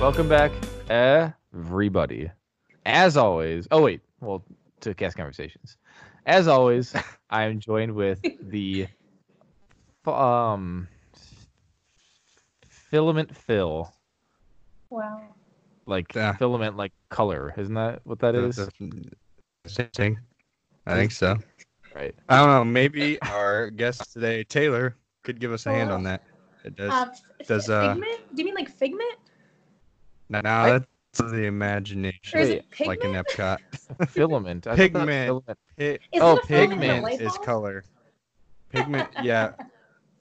Welcome back, everybody. As always, oh wait, well, to Cast Conversations. As always, I am joined with the um filament fill, Wow. like Yeah. filament like color. Isn't that what that is? Same thing. I think so. Right. I don't know. Maybe our guest today, Taylor, could give us a hand on that. It does. Uh, f- f- does, uh, figment? Do you mean like figment? no, I- that's the Or is imagination, it pigment? like in Epcot. filament. I thought that was Pigment. filament. Pig- Isn't oh, a filament a Pigment light is bulb? color. Pigment, yeah.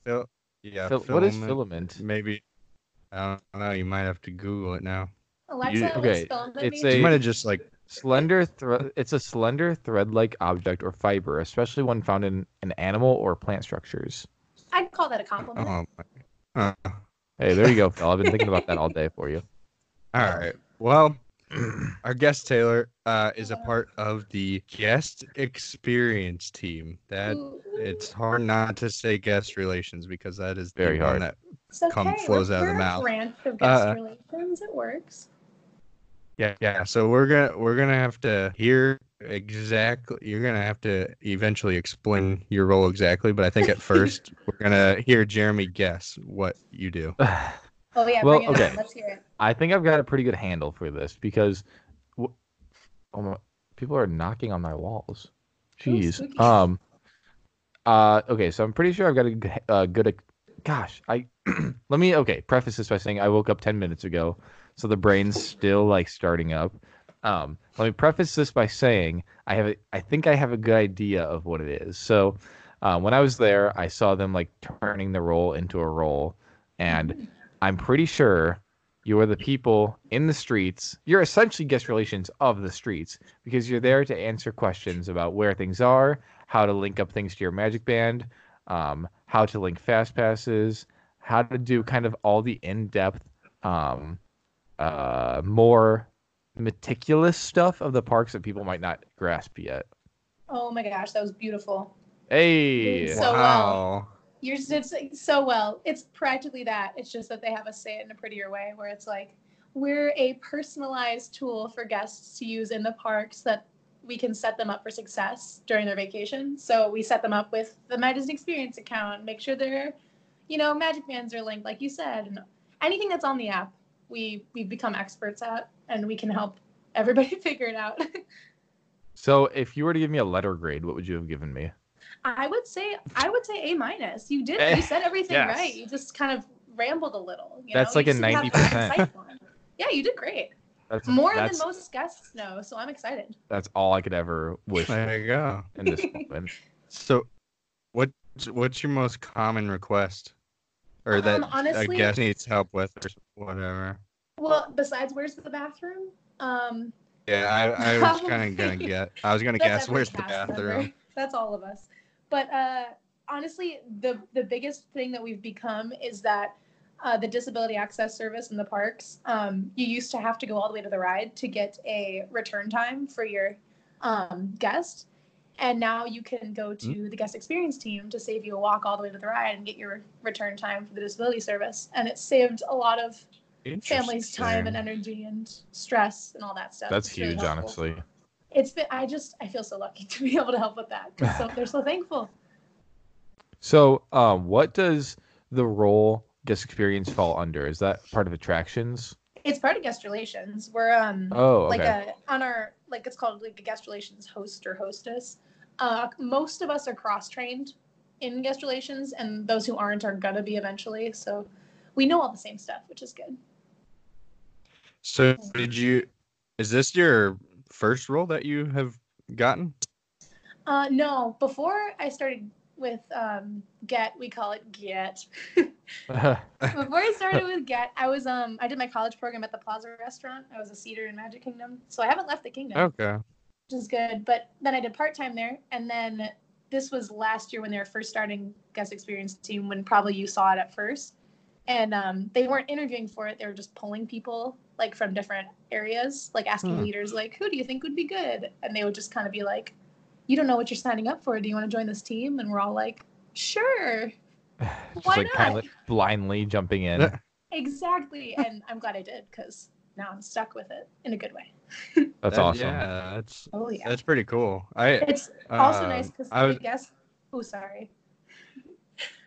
Fil- yeah. Fil- what is filament, filament? Maybe. I don't know. You might have to Google it now. Alexa, You- like, okay, spell it it's me. They- a- you might have just like Slender thread. It's a slender thread-like object or fiber, especially one found in an animal or plant structures. I'd call that a compliment. Oh, my. Uh, Hey, there you go, Phil. I've been thinking about that all day for you. Um, all right. Well, our guest Taylor uh, is a part of the guest experience team. That Ooh, ooh, it's hard not to say guest relations because that is the Very one hard. that- it's okay. cum flows we're, out of the we're a mouth. branch of guest Uh, relations. It works. yeah, yeah. So we're gonna we're gonna have to hear exactly. You're gonna have to eventually explain your role exactly. But I think at first we're gonna hear Jeremy guess what you do. Oh yeah. Well, bring it okay. On. Let's hear it. I think I've got a pretty good handle for this because, w- oh my, people are knocking on my walls. Jeez. spooky. Um. Uh. Okay. So I'm pretty sure I've got a g- uh, good. ac- Gosh. I. let me. Okay. Preface this by saying I woke up ten minutes ago, so the brain's still like starting up. Um. Let me preface this by saying I have. A, I think I have a good idea of what it is. So, uh, when I was there, I saw them like turning the roll into a roll, and I'm pretty sure you are the people in the streets. You're essentially guest relations of the streets because you're there to answer questions about where things are, how to link up things to your Magic Band, um, how to link fast passes, how to do kind of all the in-depth, um, uh, more meticulous stuff of the parks that people might not grasp yet. Oh my gosh, that was beautiful. Hey, So well. You just did so- so well. It's practically that. It's just that they have us say it in a prettier way, where it's like we're a personalized tool for guests to use in the parks that we can set them up for success during their vacation. So we set them up with the Magic Experience account, make sure their, you know, Magic Bands are linked, like you said, and anything that's on the app, we we've become experts at, and we can help everybody figure it out. so if you were to give me a letter grade, what would you have given me? I would say I would say A minus. You did Eh, you said everything yes. right. You just kind of rambled a little. You That's know? like You a just didn't have 90%. a precise one. Yeah, you did great. That's More that's, than most guests know, so I'm excited. That's all I could ever wish for. There you go. in this moment. So, what what's your most common request, or that Um, honestly- a guest needs help with, or whatever? Well, besides where's the bathroom? Um Yeah, I, I was kind of gonna Probably. get. I was gonna that's guess every where's the cast member. bathroom. That's all of us. But uh honestly, the the biggest thing that we've become is that uh, the disability access service in the parks. Um, you used to have to go all the way to the ride to get a return time for your um, guest, and now you can go to Mm-hmm. the guest experience team to save you a walk all the way to the ride and get your return time for the disability service. And it saved a lot of families' time and energy Interesting. and stress and all that stuff. That's It's really huge, helpful honestly. it's been i just i feel so lucky to be able to help with that 'cause so, they're so thankful So, um, what does the role guest experience fall under? Is that part of attractions? it's part of guest relations we're um Oh, like okay. a on our like it's called like a guest relations host or hostess uh most of us are cross trained in guest relations and those who aren't are gonna be eventually so we know all the same stuff which is good So, did you? Is this your first role that you have gotten? uh no before i started with um get we call it get Before I started with Get, I was um I did my college program at the Plaza Restaurant. I was a cedar in Magic Kingdom, so I haven't left the kingdom, Okay. which is good. But then I did part time there, and then this was last year when they were first starting guest experience team, when probably you saw it at first, and um they weren't interviewing for it. They were just pulling people like from different areas, like asking Hmm. leaders like, who do you think would be good, and they would just kind of be like, you don't know what you're signing up for. Do you want to join this team? And we're all like, sure. Just why like not? blindly jumping in. Yeah. Exactly. And I'm glad I did because now I'm stuck with it in a good way. That's That- awesome. Yeah, that's Oh yeah. that's pretty cool. I It's also um, nice because I I, was guess. Oh, sorry.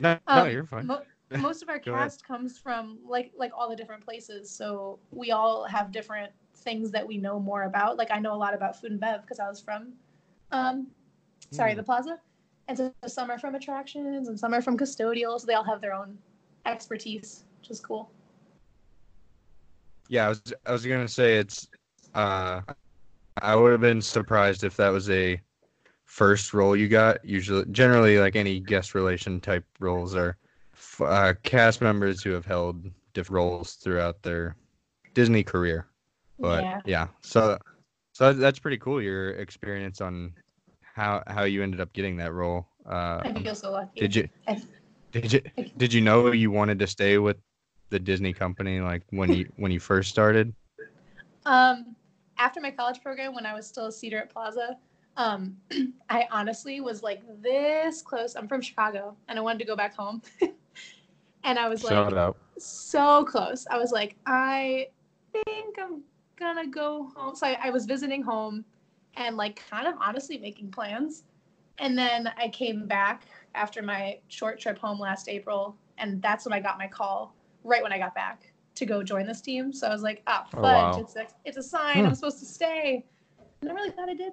no, no, um, you're fine. Mo- most of our Go ahead. cast comes from like like all the different places, so we all have different things that we know more about. Like I know a lot about food and bev because I was from, um, sorry, Hmm. the plaza, and so some are from attractions and some are from custodial, so they all have their own expertise, which is cool. Yeah, I was I was gonna say it's. Uh, I would have been surprised if that was a first role you got. Usually, generally, like any guest relation type roles are f- uh, cast members who have held different roles throughout their Disney career. But yeah, yeah, so so that's pretty cool. Your experience on how how you ended up getting that role. Uh, I feel so lucky. did you I- did you I- did you know you wanted to stay with the Disney company like when you when you first started? Um, after my college program, when I was still a Cedar at Plaza, um, I honestly was like this close. I'm from Chicago, and I wanted to go back home, and I was like Shout out. so close. I was like, I think I'm gonna go home. So I, I was visiting home, and like kind of honestly making plans, and then I came back after my short trip home last April, and that's when I got my call right when I got back to go join this team. So I was like, ah, Oh, fudge, wow. it's a, it's a sign. Hmm. I'm supposed to stay. And I'm really glad I did.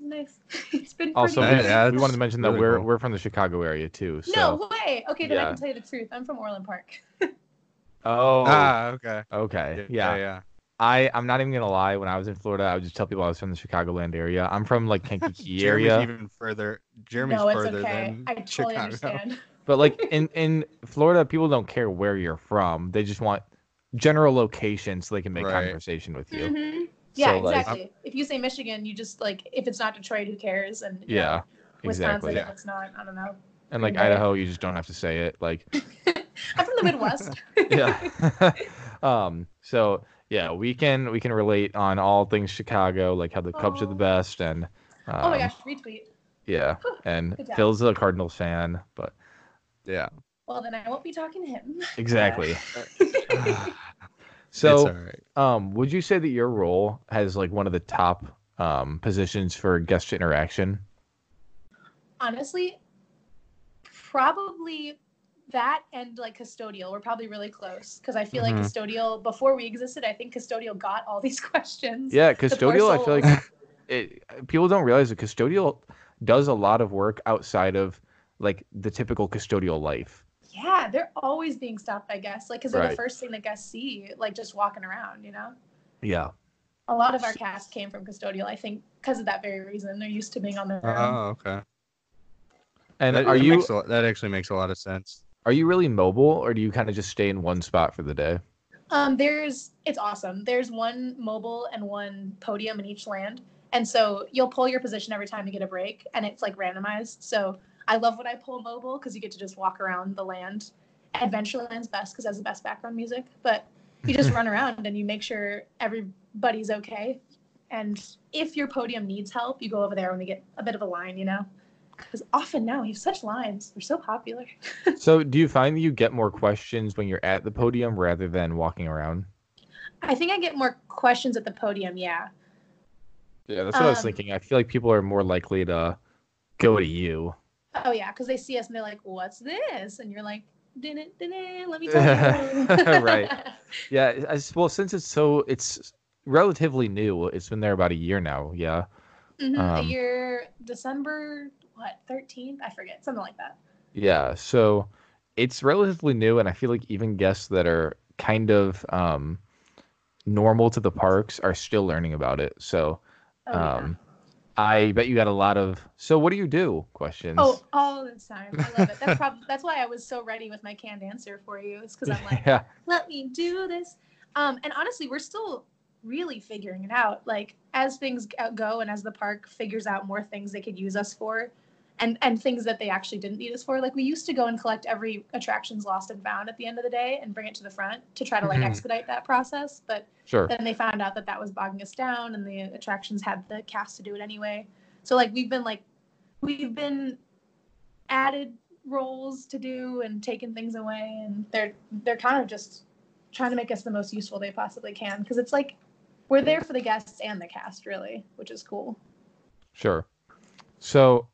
Nice. it's been pretty Also, we, Yeah, good. that's we wanted to mention that really we're cool. we're from the Chicago area too. So. no way. Okay, then I Yeah. can tell you the truth. I'm from Orland Park. Oh. Ah, okay. okay. yeah, Yeah. I I'm not even gonna lie. When I was in Florida, I would just tell people I was from the Chicagoland area. I'm from like Kankakee Jeremy's area. even further. Jeremy's no, it's further okay. than I totally Chicago. understand. But like in in Florida, people don't care where you're from. They just want general location so they can make Right. conversation with you. hmm Yeah, So, like- exactly. if you say Michigan, you just like if it's not Detroit, who cares? And you Yeah. know, Wisconsin, Exactly. if it's not, I don't know. And like Green Bay. Idaho, you just don't have to say it. Like I'm from the Midwest. yeah. um. So yeah, we can we can relate on all things Chicago, like how the Cubs are the Aw. best, and um, oh my gosh, retweet. yeah, and Good job. Phil's a Cardinals fan, but Yeah. Well, then I won't be talking to him. exactly. it's so all right. um, would you say that your role has like one of the top um positions for guest interaction? Honestly, probably that and like custodial were probably really close because I feel Mm-hmm. Mhm. like custodial before we existed, I think custodial got all these questions. Yeah, poor custodial. I feel souls. like it, people don't realize that custodial does a lot of work outside of like the typical custodial life. Yeah, they're always being stopped by guests, like because they're Right. the first thing that guests see, like just walking around, you know. Yeah. a lot of our cast came from custodial, I think, because of that very reason. They're used to being on their own. Oh, okay. And that, are that you makes a lot- that actually makes a lot of sense. are you really mobile, or do you kind of just stay in one spot for the day? Um, there's it's awesome. There's one mobile and one podium in each land, and so you'll pull your position every time you get a break, and it's like randomized. So I love when I pull mobile because you get to just walk around the land. Adventureland's best because it has the best background music, but you just run around and you make sure everybody's okay. And if your podium needs help, you go over there when we get a bit of a line, you know. Because often now we have such lines; they're so popular. so, do you find that you get more questions when you're at the podium rather than walking around? I think I get more questions at the podium. Yeah, Yeah, that's what I was Um, thinking. I feel like people are more likely to go to you. Oh yeah, because they see us and they're like, "What's this?" And you're like, "Didn't, didn't, let me tell you." Right. Yeah, I, s- well, since it's so it's relatively new. It's been there about a year now. Yeah. Mhm, Um, the year December what thirteenth? I forget something like that. Yeah, so it's relatively new, and I feel like even guests that are kind of um, normal to the parks are still learning about it. So Oh, yeah. um, I bet you got a lot of "so what do you do?" questions. oh, all the time. I love it. That's probably that's why I was so ready with my canned answer for you. It's because I'm like, yeah, let me do this. Um, and honestly, we're still really figuring it out. Like as things g- uh, go and as the park figures out more things they could use us for and and things that they actually didn't need us for. Like we used to go and collect every attractions lost and found at the end of the day and bring it to the front to try to like Mhm. expedite that process, but sure. then they found out that that was bogging us down and the attractions had the cast to do it anyway so like we've been like we've been added roles to do and taken things away and they're they're kind of just trying to make us the most useful they possibly can because it's like we're there for the guests and the cast really, which is cool. Sure. So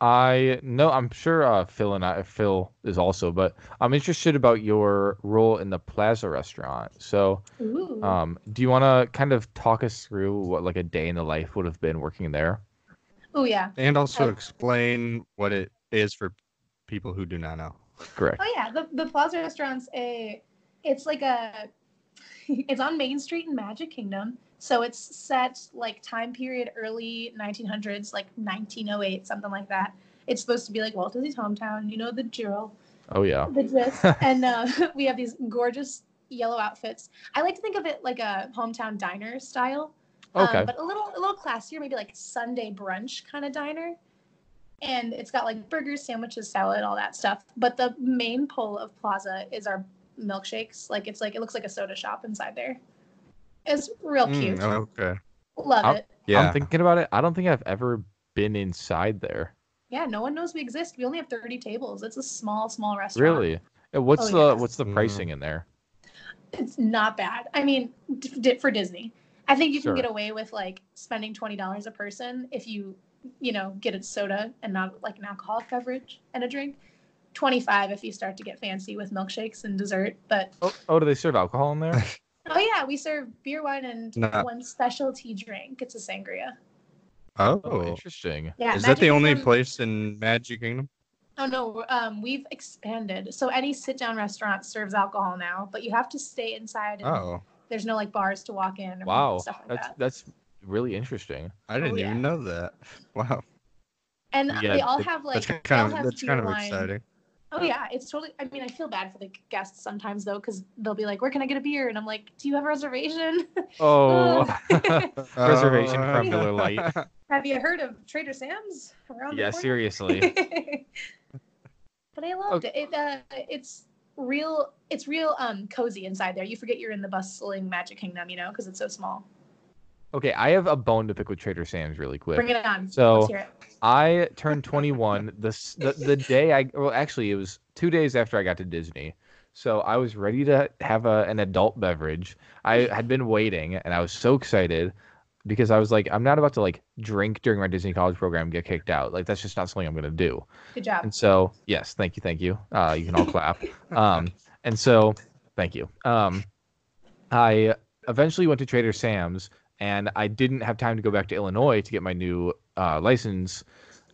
I know I'm sure uh, Phil and I Phil is also, but I'm interested about your role in the Plaza restaurant. So Ooh. um, do you want to kind of talk us through what like a day in the life would have been working there? oh yeah. and also Oh. explain what it is for people who do not know. Correct. Oh yeah, the the Plaza Restaurant's a it's like a it's on Main Street in Magic Kingdom. So it's set like time period early 1900s, like 1908, something like that. It's supposed to be like Walt Disney's hometown, you know the drill, Oh yeah. the gist. and uh, we have these gorgeous yellow outfits. I like to think of it like a hometown diner style, Okay. um, but a little a little classier, maybe like Sunday brunch kind of diner. And it's got like burgers, sandwiches, salad, all that stuff. But the main pull of Plaza is our milkshakes. Like it's like it looks like a soda shop inside there. It's real cute. Mm, okay. Love I'll- it. Yeah. I'm thinking about it. I don't think I've ever been inside there. Yeah, no one knows we exist. We only have 30 tables. It's a small, small restaurant. Really? And What's Oh, the yes. what's the Mm. pricing in there? It's not bad. I mean, d- d- for Disney, I think you can Sure. get away with like spending $20 a person if you, you know, get a soda and not like an alcoholic beverage and a drink. 25 if you start to get fancy with milkshakes and dessert. But Oh, oh, do they serve alcohol in there? oh, yeah, we serve beer, wine, and No. one specialty drink. It's a sangria. Oh, Oh, interesting. Yeah. is that the Magic only Kingdom- place in Magic Kingdom? Oh no, um, we've expanded. So any sit-down restaurant serves alcohol now, but you have to stay inside. And Oh, There's no like bars to walk in. Or Wow, Stuff like that's that. that's really interesting. I didn't Oh, yeah. even know that. Wow, And yeah, they all that- have like that's they all kind of have that's beer kind of line. exciting. Oh yeah, it's totally. I mean, I feel bad for the guests sometimes though, because they'll be like, "Where can I get a beer?" And I'm like, "Do you have a reservation? Oh, Uh, Reservation Uh, from Miller Lite. have you heard of Trader Sam's?" Around yeah, the corner?" seriously. but I loved it. It uh, it's real. It's real um cozy inside there. You forget you're in the bustling Magic Kingdom, you know, because it's so small. Okay, I have a bone to pick with Trader Sam's really Bring quick. it on. So- Let's hear it. I turned 21 the, s- the the day I well actually it was 2 days after I got to Disney. So I was ready to have a, an adult beverage. I had been waiting and I was so excited because I was like I'm not about to like drink during my Disney college program and get kicked out. Like that's just not something I'm going to do. Good job. And so, yes, thank you, thank you. Uh, you can all clap. Um, and so, thank you. Um, I eventually went to Trader Sam's, and I didn't have time to go back to Illinois to get my new uh, license.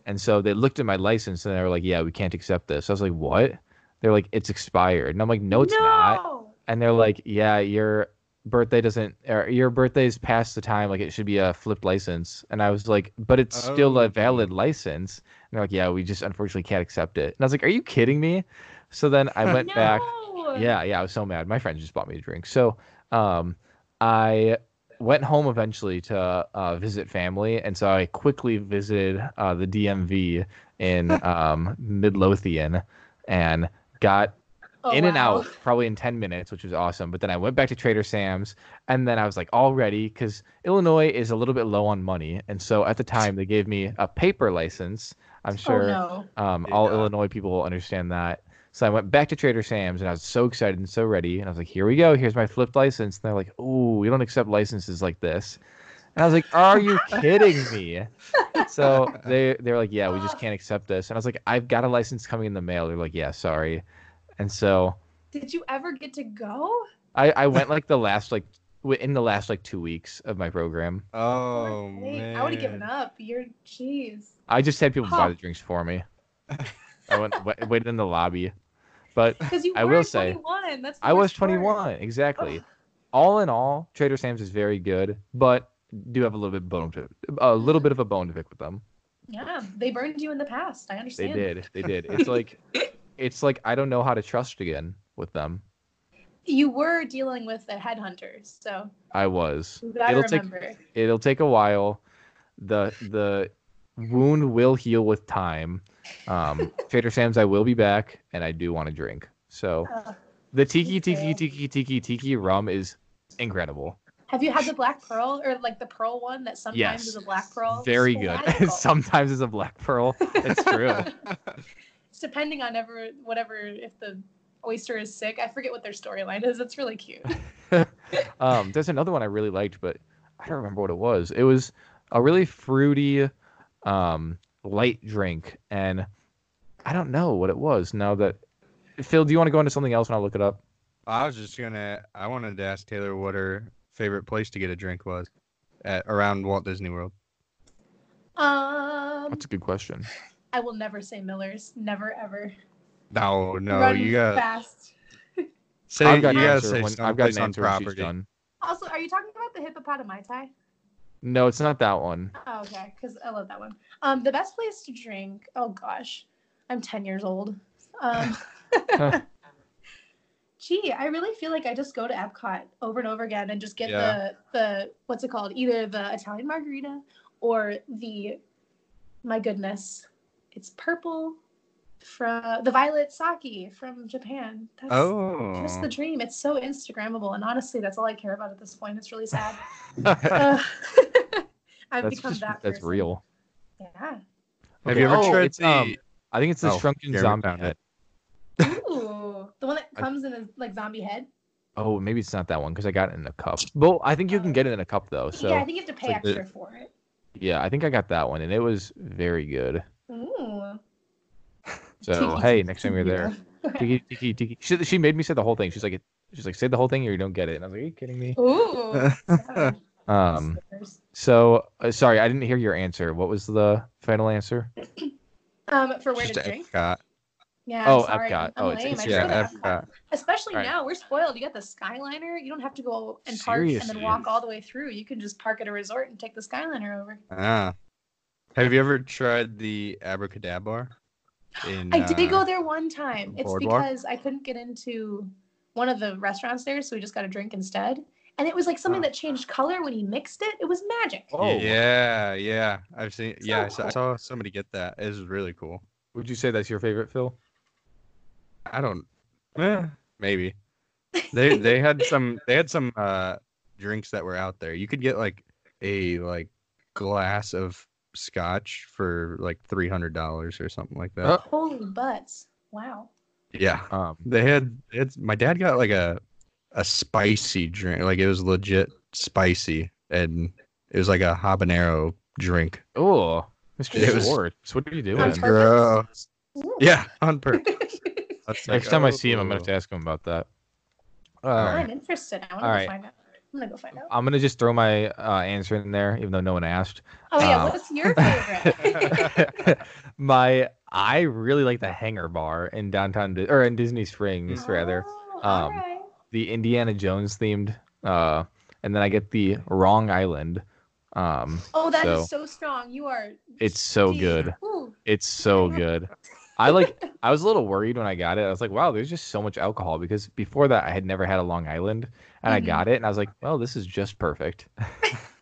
And so they looked at my license and they were like, "Yeah, we can't accept this." I was like, "What?" They're like, "It's expired," and I'm like, "No, it's not." No! And they're like, "Yeah, your birthday doesn't, or your birthday's past the time. Like, it should be a flipped license." And I was like, "But it's still Oh. a valid license." And they're like, "Yeah, we just unfortunately can't accept it." And I was like, "Are you kidding me?" So then I went no! back. Yeah, yeah, I was so mad. My friend just bought me a drink. So, um, I went home eventually to uh, visit family, and so I quickly visited uh, the DMV in um, Midlothian, and got Oh, in and wow. out probably in 10 minutes which was awesome but then i went back to trader sam's and then i was like all ready because illinois is a little bit low on money and so at the time they gave me a paper license i'm sure Oh no. um, all Yeah. illinois people will understand that so i went back to trader sam's and i was so excited and so ready and i was like here we go here's my flipped license and they're like oh we don't accept licenses like this and i was like are you kidding me so they they were like, yeah, we just can't accept this. And I was like, I've got a license coming in the mail. They're like, yeah, sorry. And so Did you ever get to go? I I went like the last like in the last like two weeks of my program. Oh Wait, man, I would have given up. You're jeez. I just had people buy Huh. the drinks for me. I went wa- waited in the lobby, but Because you I were will say, 21. That's the I was worst part. 21 exactly. All in all, Trader Sam's is very good, but do have a little bit bone to a little bit of a bone to pick with them. Yeah, they burned you in the past. I They understand. did, they did. It's like it's like I don't know how to trust again with them. You were dealing with the headhunters, so I was. you gotta It'll take- remember. it'll take a while. The the wound will heal with time. Um, Trader Sam's, I will be back, and I do want to drink. So Ugh. the tiki tiki Okay. tiki tiki tiki rum is incredible. have you had the black pearl or like the pearl one that sometimes Yes. is a black pearl? Very It's good. radical. Sometimes it's a black pearl. It's true. it's depending on ever whatever if the oyster is sick. I forget what their storyline is. It's really cute. um, there's another one I really liked, but I don't remember what it was. It was a really fruity, um, light drink, and I don't know what it was. Now that Phil, do you want to go into something else and I'll look it up? I was just gonna. I wanted to ask Taylor what her favorite place to get a drink was, at, around Walt Disney World. Um, That's a good question. I will never say Miller's. Never ever. No, no, Run you gotta fast. say. I've got you an gotta answer say when- I've got someplace an on answer when she's property. done. Also, are you talking about the hippopotami tie? No, it's not that one. Oh, okay, because I love that one. Um, the best place to drink. Oh gosh, I'm ten years old. Um, gee, I really feel like I just go to Epcot over and over again and just get Yeah. the the what's it called? Either the Italian margarita or the my goodness, it's purple from the violet sake from Japan. That's Oh, just the dream. It's so Instagrammable, and honestly, that's all I care about at this point. It's really sad. that's Uh, I've become just, that. that's person. real. Yeah. have Okay, you ever oh, tried it's, the? um, I think it's the Oh, shrunken Jeremy zombie. found head. it. Ooh, the one that I- comes in a like zombie head. Oh, maybe it's not that one because I got it in a cup. Well, I think you can get it in a cup though. So yeah, I think you have to pay like the- extra for it. yeah, I think I got that one, and it was very good. Ooh. So Tiki, hey, tiki, next time you're tiki, there, though. tiki, tiki, tiki. She, she made me say the whole thing. She's like, she's like, say the whole thing or you don't get it. And I was like, are you kidding me? Ooh. savage. Um, so uh, sorry, I didn't hear your answer. What was the final answer? Um, for where just to at drink? Epcot. Yeah. Oh, I'm sorry. Epcot. I'm Oh, it's- lame. it's- I yeah, should have Epcot. Especially Alright. now, we're spoiled. You got the Skyliner. You don't have to go and park and Seriously. then walk all the way through. You can just park at a resort and take the Skyliner over. Ah. Have you ever tried the abracadabra? In, I did uh, go there one time. It's Boardwalk? because I couldn't get into one of the restaurants there, so we just got a drink instead. And it was like something Oh. that changed color when he mixed it. It was magic. Oh. Yeah, yeah. I've seen. yeah, I So saw, I saw somebody get that. It was really cool. Would you say that's your favorite, Phil? I don't. Eh, maybe. They they had some they had some uh drinks that were out there. You could get like a like glass of scotch for like three hundred dollars or something like that. Oh. Holy butts. Wow. Yeah. Um, They had it's my dad got like a a spicy drink. Like it was legit spicy and it was like a habanero drink. oh, Mr. It was- Schwartz, what are you doing? On purpose? Gross. Ooh. Yeah, on purpose. That's Next like, time I see him, I'm oh. gonna have to ask him about that. All Um, right. I'm interested. I want to All right. find out. I'm gonna go find out. I'm gonna just throw my uh, answer in there, even though no one asked. Oh yeah, um, what's your favorite? my, I really like the Hangar Bar in downtown Di- or in Disney Springs, rather. Oh, Um, alright. The Indiana Jones themed, uh, and then I get the Wrong Island. Um, Oh, that is so- so. strong. You are. it's so deep. good. Ooh. It's so good. I like. I was a little worried when I got it. I was like, "Wow, there's just so much alcohol." Because before that, I had never had a Long Island, and I Mhm. got it, and I was like, "Well, this is just perfect." I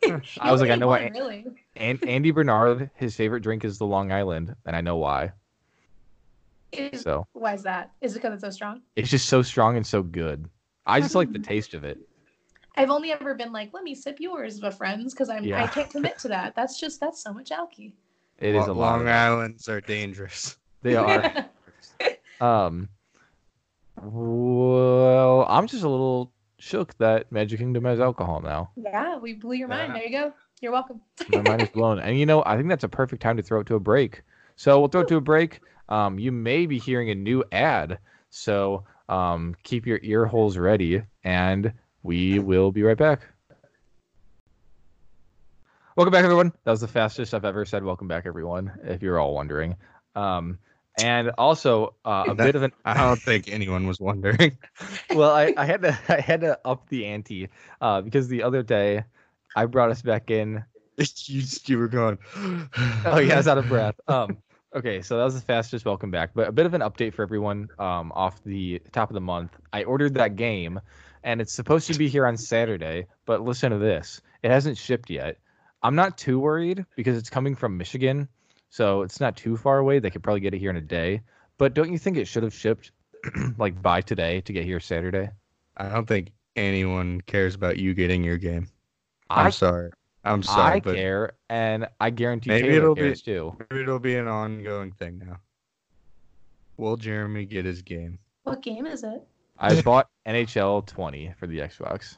You was like, only "I know one, what Really. And Andy Bernard, his favorite drink is the Long Island, and I know why. It is- So Why is that? Is it because it's so strong? it's just so strong and so good. I just like the taste of it. I've only ever been like, let me sip yours with friends because I'm Yeah. I can't commit to that. That's just that's so much alky. It is a lot. Long of- Islands are dangerous. They are. um. Well, I'm just a little shook that Magic Kingdom has alcohol now. yeah, we blew your mind. Yeah. There you go. You're welcome. My mind is blown. And you know, I think that's a perfect time to throw it to a break. So we'll throw it to a break. Um, you may be hearing a new ad, so um, keep your ear holes ready, and we will be right back. Welcome back, everyone. That was the fastest I've ever said "Welcome back, everyone." If you're all wondering, um, and also uh, a bit of an I don't think anyone was wondering. well, I, I had to I had to up the ante uh, because the other day I brought us back in you, you were going. oh yeah, I was out of breath. Um, okay, so that was the fastest welcome back, but a bit of an update for everyone. Um, off the top of the month, I ordered that game, and it's supposed to be here on Saturday. But listen to this: it hasn't shipped yet. I'm not too worried because it's coming from Michigan, so it's not too far away. They could probably get it here in a day. But don't you think it should have shipped like by today to get here Saturday? I don't think anyone cares about you getting your game. I'm I- sorry. I'm sorry, I but care, and I guarantee Maybe Taylor it'll be- cares too. maybe it'll be an ongoing thing now. Will Jeremy get his game? What game is it? I bought NHL 20 for the Xbox.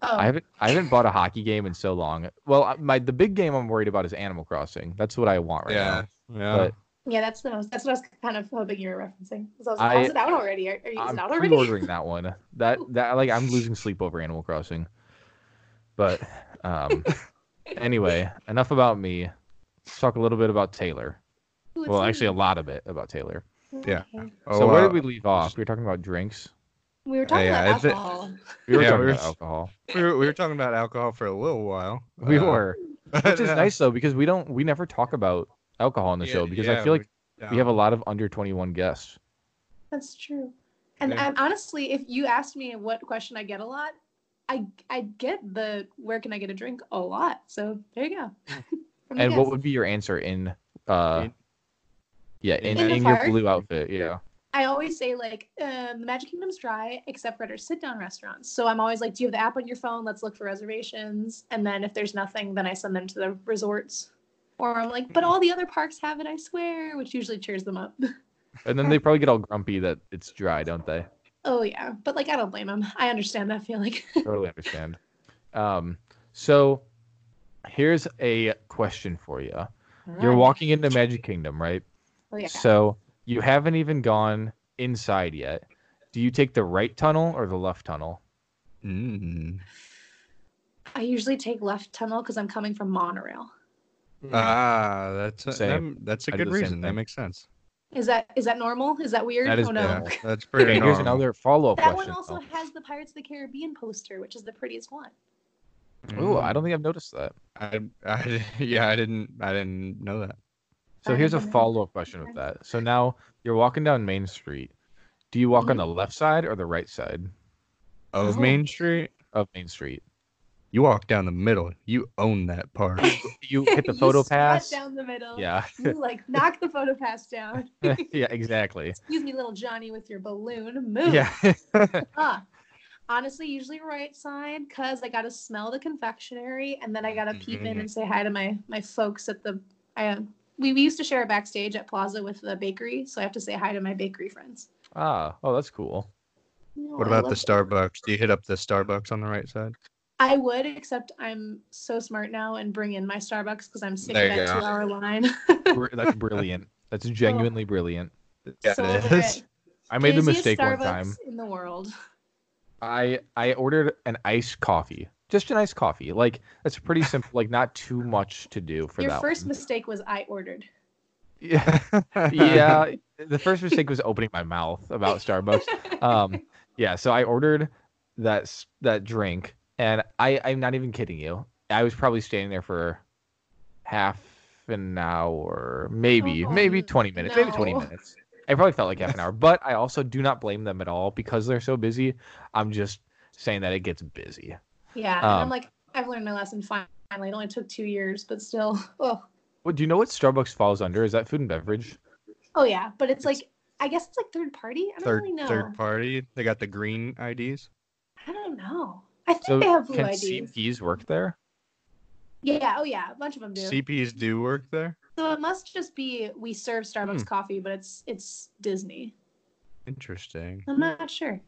Oh, I haven't I haven't bought a hockey game in so long. Well, I- my the big game I'm worried about is Animal Crossing. That's what I want right yeah, now. yeah. yeah, that's the most, that's what I was kind of hoping you were referencing. 'Cause I was like, I- oh, is it out already? Are, are you is I'm it out already? pre-ordering that one. That that like I'm losing sleep over Animal Crossing. But um anyway, enough about me. Let's talk a little bit about Taylor. Ooh, it's Well, me. actually a lot of it about Taylor. yeah. Okay. so where uh, did we leave off? We were talking about drinks. We were talking yeah, I about thi- alcohol. We were Yeah, talking we were- about alcohol. we were, we were talking about alcohol for a little while. We Uh, were. Which is yeah. nice though because we don't we never talk about alcohol on the uh, Yeah, show because I yeah, feel like yeah. we have a lot of under 21 guests. That's true. And Yeah. um, honestly, if you asked me what question I get a lot, I I get the where can I get a drink a lot. So there you go. From the Hmm. And what guest. would be your answer in uh In- yeah, in, In in, the your park? blue outfit, yeah. I always say like um, the Magic Kingdom's dry except for at our sit down restaurants. So I'm always like, do you have the app on your phone? Let's look for reservations. And then if there's nothing, then I send them to the resorts. Or I'm like, Mm-hmm. but all the other parks have it, I swear, which usually cheers them up. And then they probably get all grumpy that it's dry, don't they? oh yeah, but like I don't blame them. I understand that feeling. totally understand. Um so here's a question for you. You're walking into Magic Kingdom, right? Oh, yeah. So you haven't even gone inside yet. Do you take the right tunnel or the left tunnel? Mm. I usually take left tunnel because I'm coming from monorail. Ah, that's a, Same. that- that's a I do good the same reason. That thing. makes sense. Is that is that normal? Is that weird? That is oh no. normal. that's pretty. Okay, here's normal. another follow up That question. one also though. has the Pirates of the Caribbean poster, which is the prettiest one. Ooh, I Mm. don't think I've noticed that. I, I, yeah, I didn't, I didn't know that. So I here's a don't know. follow up question with that. So now you're walking down Main Street. Do you walk on Mhm. the left side or the right side Of Oh. Main Street, of Main Street? you walk down the middle. You own that park. Oh, You hit the You photo strut pass. down the middle. Yeah. You like knock the photo pass down. yeah, exactly. Excuse me, little Johnny, with your balloon. Move. Yeah. Huh. Honestly, usually right side, cause I gotta smell the confectionery, and then I gotta peep in Mm-hmm. Mhm. and say hi to my my folks at the. I, um, we, we used to share a backstage at Plaza with the bakery, so I have to say hi to my bakery friends. ah, oh, that's cool. No, What I about the love it. Starbucks? Do you hit up the Starbucks on the right side? I would, except I'm so smart now and bring in my Starbucks because I'm sick There of you that go. two-hour line. Br- That's brilliant. That's Oh. genuinely brilliant. So it over is. it. I made the Busiest mistake one Starbucks time. in the world. I I ordered an iced coffee. Just an iced coffee. Like that's pretty simple. Like not too much to do for Your that. first one. mistake was I ordered. yeah. yeah the first mistake was opening my mouth about starbucks um yeah so i ordered that s- that drink and i i'm not even kidding you i was probably standing there for half an hour maybe Oh, maybe 20 minutes maybe 20 no. minutes i probably felt like half an hour but i also do not blame them at all because they're so busy i'm just saying that it gets busy Yeah, and I'm Um, like, I've learned my lesson finally. It only took two years, but still, oh, well, do you know what starbucks falls under is that food and beverage oh yeah. But it's like, I guess it's like third party. I don't Third, really know. third party. They got the green IDs. I don't know. I think so they have blue can IDs. cps work there Yeah, oh yeah, a bunch of them do. CPs do work there. so it must just be we serve Hmm. Starbucks coffee, but it's it's Disney. Interesting. I'm not sure.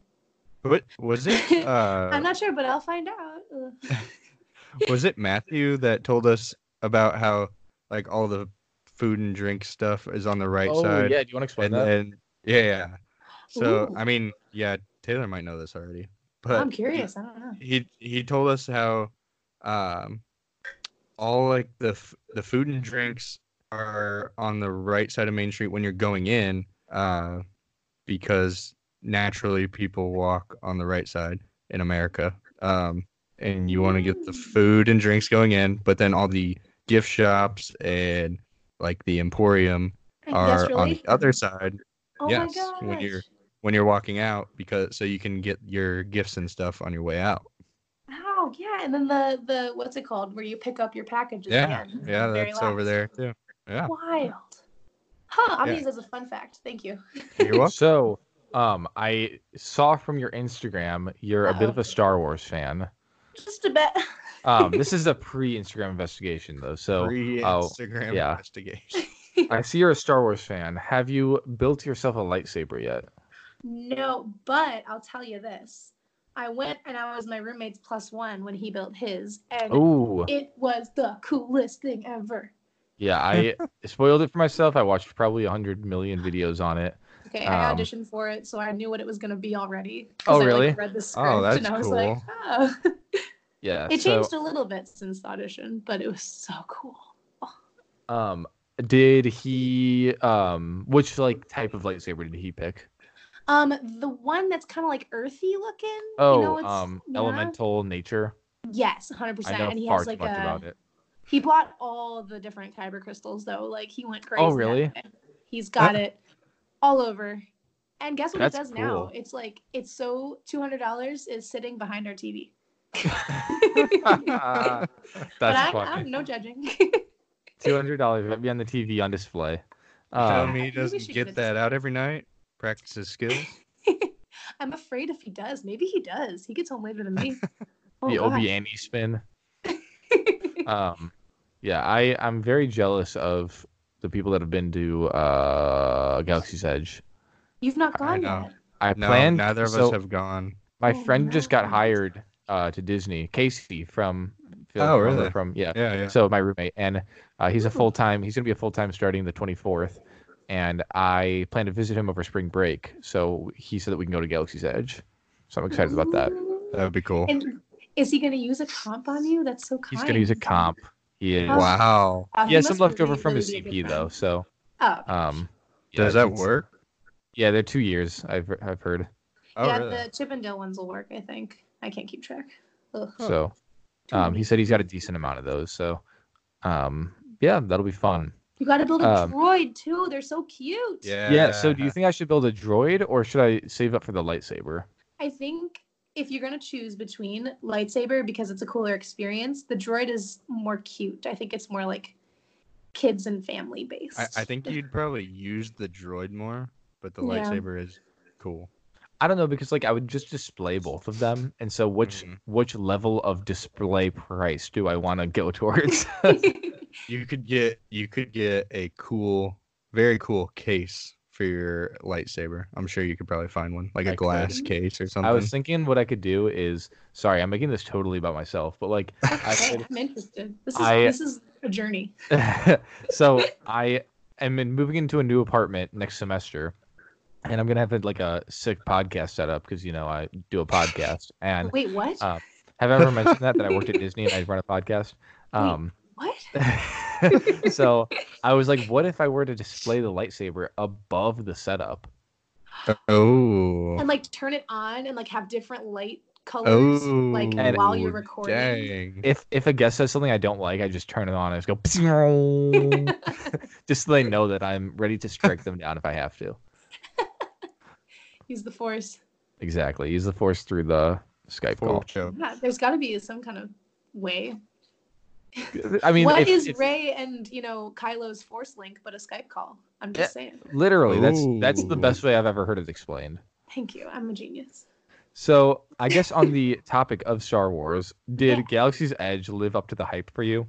What was it? Hmm. Uh, Um, I'm not sure, but I'll find out. Ugh. was it Matthew that told us about how like all the food and drink stuff is on the right oh side? yeah do you want to explain and that then yeah, yeah. So Ooh. I mean, yeah, Taylor might know this already, but I'm curious. I don't know. He he told us how, um, all like the f- the food and drinks are on the right side of Main Street when you're going in, uh, because naturally people walk on the right side in America, um, and you want to get the Mm. food and drinks going in, but then all the gift shops and like the Emporium I guess are on really. the other side Oh yes, my when you're- gosh. when you're walking out because so you can get your gifts and stuff on your way out. Oh yeah, and then the the what's it called where you pick up your packages? Yeah, again. yeah, Mm-hmm. Very that's over last. there too. Yeah, Wild. Huh, I'm Yeah. gonna use that as a fun fact. Thank you. you're welcome. So, um, I saw from your Instagram you're a bit of Uh-oh. a Star Wars fan. Just a bit. Um, this is a pre-Instagram investigation though, so Free oh, Instagram yeah. investigation. I see you're a Star Wars fan. Have you built yourself a lightsaber yet? No, but I'll tell you this. I went and I was my roommate's plus one when he built his, and Ooh. it was the coolest thing ever. Yeah, I spoiled it for myself. I watched probably 100 million videos on it. Okay, I Um, auditioned for it, so I knew what it was going to be already. 'cause Oh, I, like, really? read the script, Oh, and that's I was like, cool. oh. Yeah. it so, changed a little bit since the audition, but it was so cool. um did he um which like type of lightsaber did he pick? Um, the one that's kind of like earthy looking. Oh, you know, it's, um yeah. elemental nature. Yes, hundred I percent. know And he far has too like much about a. it. He bought all the different kyber crystals though. Like he went crazy. that Oh, really? Uh, way. He's got it all over. And guess what That's it does now? cool. It's like it's so two hundred dollars is sitting behind our TV. That's but I, funny. I'm no judging. Two hundred dollars right behind the TV on display. Tell Um, me Maybe we he doesn't should give it get to that out every night. Practice his skills. I'm afraid if he does, maybe he does. He gets home later than me. Oh, the God. Obi Annie spin. um, yeah, I I'm very jealous of the people that have been to uh, Galaxy's Edge. You've not I gone know. yet. I No, planned. neither of so us have gone. My Oh, friend just got no. hired uh, to Disney. Casey from. Oh, remember really? From yeah. Yeah, yeah. So my roommate and uh, he's a Ooh. full time. He's gonna be a full time starting the 24th, and I plan to visit him over spring break. So he said that we can go to Galaxy's Edge. So I'm excited about that. Uh, That would be cool. And is he going to use a comp on you? That's so kind. He's gonna use a comp. He is. Wow. Uh, He has some must left over really, from his really be a CP good though. friend. So Oh, um, yeah, Does that it's- work? Yeah, they're two years. I've I've heard. Oh, yeah, really? the Chippendale ones will work. I think I can't keep track. Ugh. Huh. So, um, he said he's got a decent amount of those. So, um, yeah, that'll be fun. you got to build a um, droid too. They're so cute. Yeah. Yeah. So, do you think I should build a droid or should I save up for the lightsaber? I think if you're gonna choose between lightsaber because it's a cooler experience, the droid is more cute. I think it's more like kids and family based. I, I think you'd probably use the droid more, but the Yeah. lightsaber is cool. I don't know because like I would just display both of them, and so which Mhm. which level of display price do I want to go towards? You could get you could get a cool, very cool case for your lightsaber. I'm sure you could probably find one, like I a could. glass case or something. I was thinking what I could do is sorry, I'm making this totally about myself, but like I Okay, could I'm interested. This is I- this is a journey. so I am in- moving into a new apartment next semester, and I'm gonna have like a sick podcast set up because you know I do a podcast. And Wait, what? uh, have I ever mentioned that that I worked at Disney and I run a podcast? Um, what? so I was like, what if I were to display the lightsaber above the setup? oh, and like turn it on and like have different light colors like And- while you're recording. Oh, dang. If if a guest says something I don't like, I just turn it on and I just go, "Psing." just so they know that I'm ready to strike them down if I have to. Use the force. Exactly, use the force through the Skype Full call. choke. Yeah, there's got to be some kind of way. I mean, what if- is if- Ray and you know Kylo's force link but a Skype call? I'm just saying. Literally, that's that's the Ooh. best way I've ever heard it explained. Thank you. I'm a genius. So I guess on the topic of Star Wars, did Yeah. Galaxy's Edge live up to the hype for you?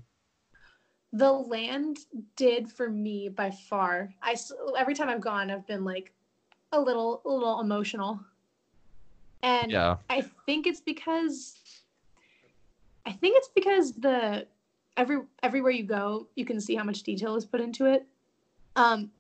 The land did for me by far. I s- every time I've gone, I've been like a little, a little emotional. And Yeah. I think it's because I think it's because the every everywhere you go, you can see how much detail is put into it. Um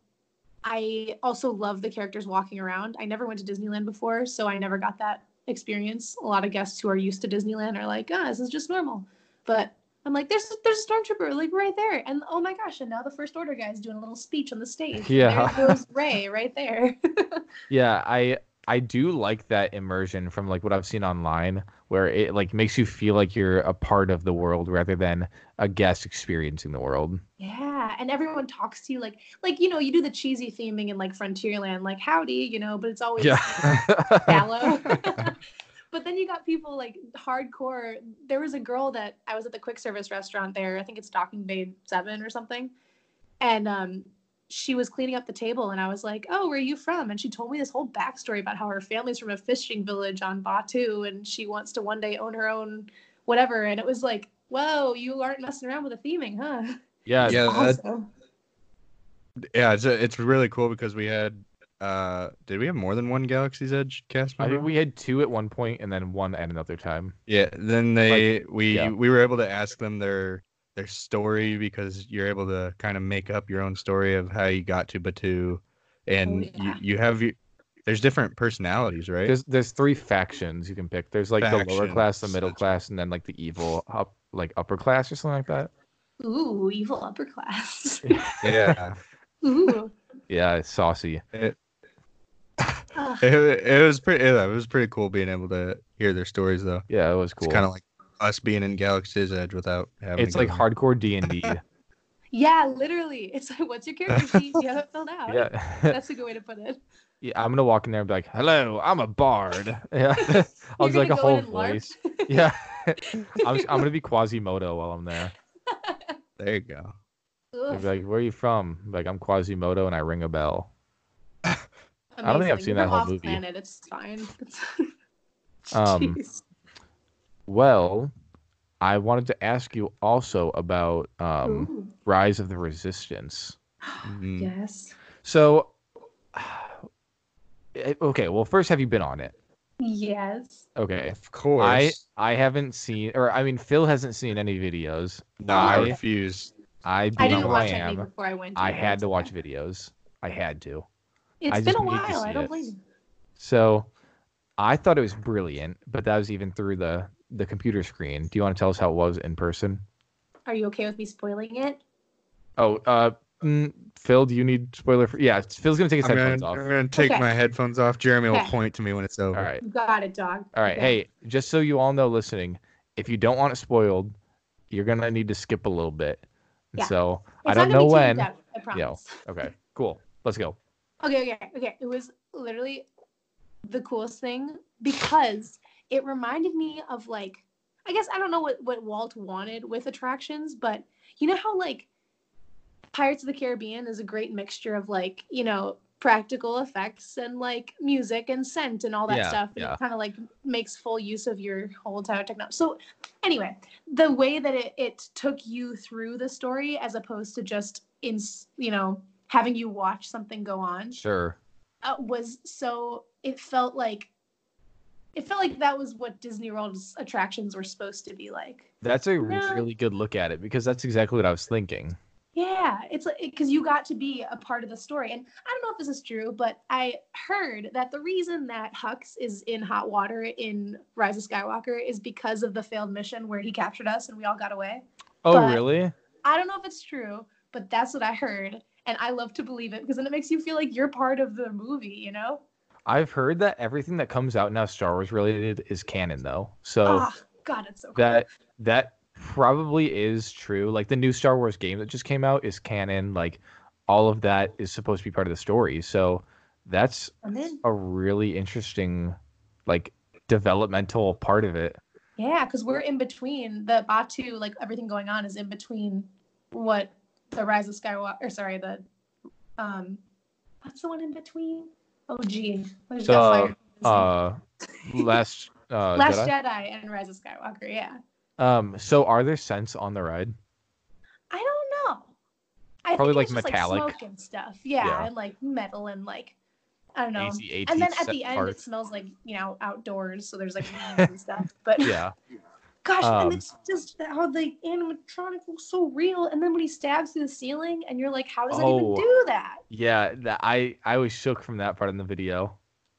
I also love the characters walking around. I never went to Disneyland before, so I never got that experience. A lot of guests who are used to Disneyland are like, "Ah, this is just normal." But I'm like, "There's there's a stormtrooper like right there." And oh my gosh, and now the first order guy's doing a little speech on the stage. Yeah. There goes Ray right there. Yeah, I I do like that immersion from like what I've seen online where it like makes you feel like you're a part of the world rather than a guest experiencing the world. Yeah, and everyone talks to you like like you know you do the cheesy theming in like Frontierland like howdy you know, but it's always shallow. but then you got people like hardcore. There was a girl that I was at the quick service restaurant there. I think it's Docking Bay Seven or something, and um, she was cleaning up the table, and I was like, "Oh, where are you from?" And she told me this whole backstory about how her family's from a fishing village on Batu, and she wants to one day own her own whatever. And it was like, "Whoa, you aren't messing around with the theming, huh?" yeah. Yeah. that- Awesome. Yeah, it's it's really cool because we had uh did we have more than one Galaxy's Edge cast I member? think we had two at one point and then one at another time. Yeah, then they we yeah. we were able to ask them their their story because you're able to kind of make up your own story of how you got to Batu, and Oh, yeah. you, you have your, there's different personalities, right? There's there's three factions you can pick. There's like the lower class, the Factions, middle that's class, and then like the evil up like upper class or something like that. Ooh, evil upper class. yeah, Ooh. Yeah, it's saucy. Ugh. it, it was pretty yeah, it was pretty cool being able to hear their stories though. Yeah, it was cool. It's kind of like us being in Galaxy's Edge without having. it's to like go- hardcore D and D. Yeah, literally. It's like, what's your character sheet? You have it filled out. Yeah. That's a good way to put it. yeah, I'm gonna walk in there and be like, "Hello, I'm a bard." Yeah, I'll do You're like a gonna go in whole and LARP? voice. Yeah, I'm I'm gonna be Quasimodo while I'm there. There you go. They'll Ugh, be like, "Where are you from?" Like, I'm Quasimodo and I ring a bell. don't think I've amazing. seen that We're whole off movie. Planet. It's fine. Um, Jeez. Well, I wanted to ask you also about um, mm. Ooh. Rise of the Resistance. Mhm. yes. So, eh, okay. Well, first, have you been on it? Yes. Okay. Of course. I I haven't seen, or I mean, Phil hasn't seen any videos. no, I, I- refuse. I I being didn't who I watch any am, before I went. I had to watch videos. I had to. It's I been just a need to while. see I don't it. blame you. So, I thought it was brilliant, but that was even through the the computer screen. Do you want to tell us how it was in person? Are you okay with me spoiling it? Oh, uh, mm, Phil, do you need spoiler? For, yeah, Phil's gonna take his I'm gonna, headphones I'm off. gonna take Okay. my headphones off. Jeremy will Okay. point to me when it's over. All right. You got it, dog. All right. Okay. Hey, just so you all know listening, if you don't want it spoiled, you're going to need to skip a little bit. And Yeah. So, It's I don't not know gonna be too when. in-depth, I promise. okay, cool. Let's go. Okay, okay, okay. It was literally the coolest thing because it reminded me of like I guess I don't know what what Walt wanted with attractions, but you know how like Pirates of the Caribbean is a great mixture of like, you know, practical effects and like music and scent and all that Yeah, stuff. And yeah. it kind of like makes full use of your whole entire technology. So anyway, the way that it, it took you through the story as opposed to just in you know having you watch something go on Sure. uh, was so it felt like it felt like that was what Disney World's attractions were supposed to be like. That's a No. really good look at it because that's exactly what I was thinking. Yeah, it's like because you got to be a part of the story, and I don't know if this is true, but I heard that the reason that Hux is in hot water in Rise of Skywalker is because of the failed mission where he captured us and we all got away. Oh, But- really? I don't know if it's true, but that's what I heard, and I love to believe it because then it makes you feel like you're part of the movie, you know? I've heard that everything that comes out now Star Wars related is canon though. So, Ah, God, it's so cool. that that probably is true. Like the new Star Wars game that just came out is canon. Like all of that is supposed to be part of the story. So that's And then- a really interesting, like developmental part of it. Yeah, because we're in between the Batu, like everything going on is in between what the Rise of Skywalker, or sorry, the um, what's the one in between? Oh, gee, I just got The, fired. Uh, last uh, Last Jedi? Jedi? and Rise of Skywalker. Yeah, Um, so are there scents on the ride? I don't know. I Probably, think it like, was just, metallic. smoke and stuff. Yeah, Yeah. and like metal and like I don't know. AT-AT and then at scent the end, it parts. smells like you know outdoors, so there's like leaves and stuff. But yeah, Gosh, Um, and it's just how the animatronic looks so real. And then when he stabs through the ceiling, and you're like, how does that Oh. even do that? yeah. That I I was shook from that part in the video.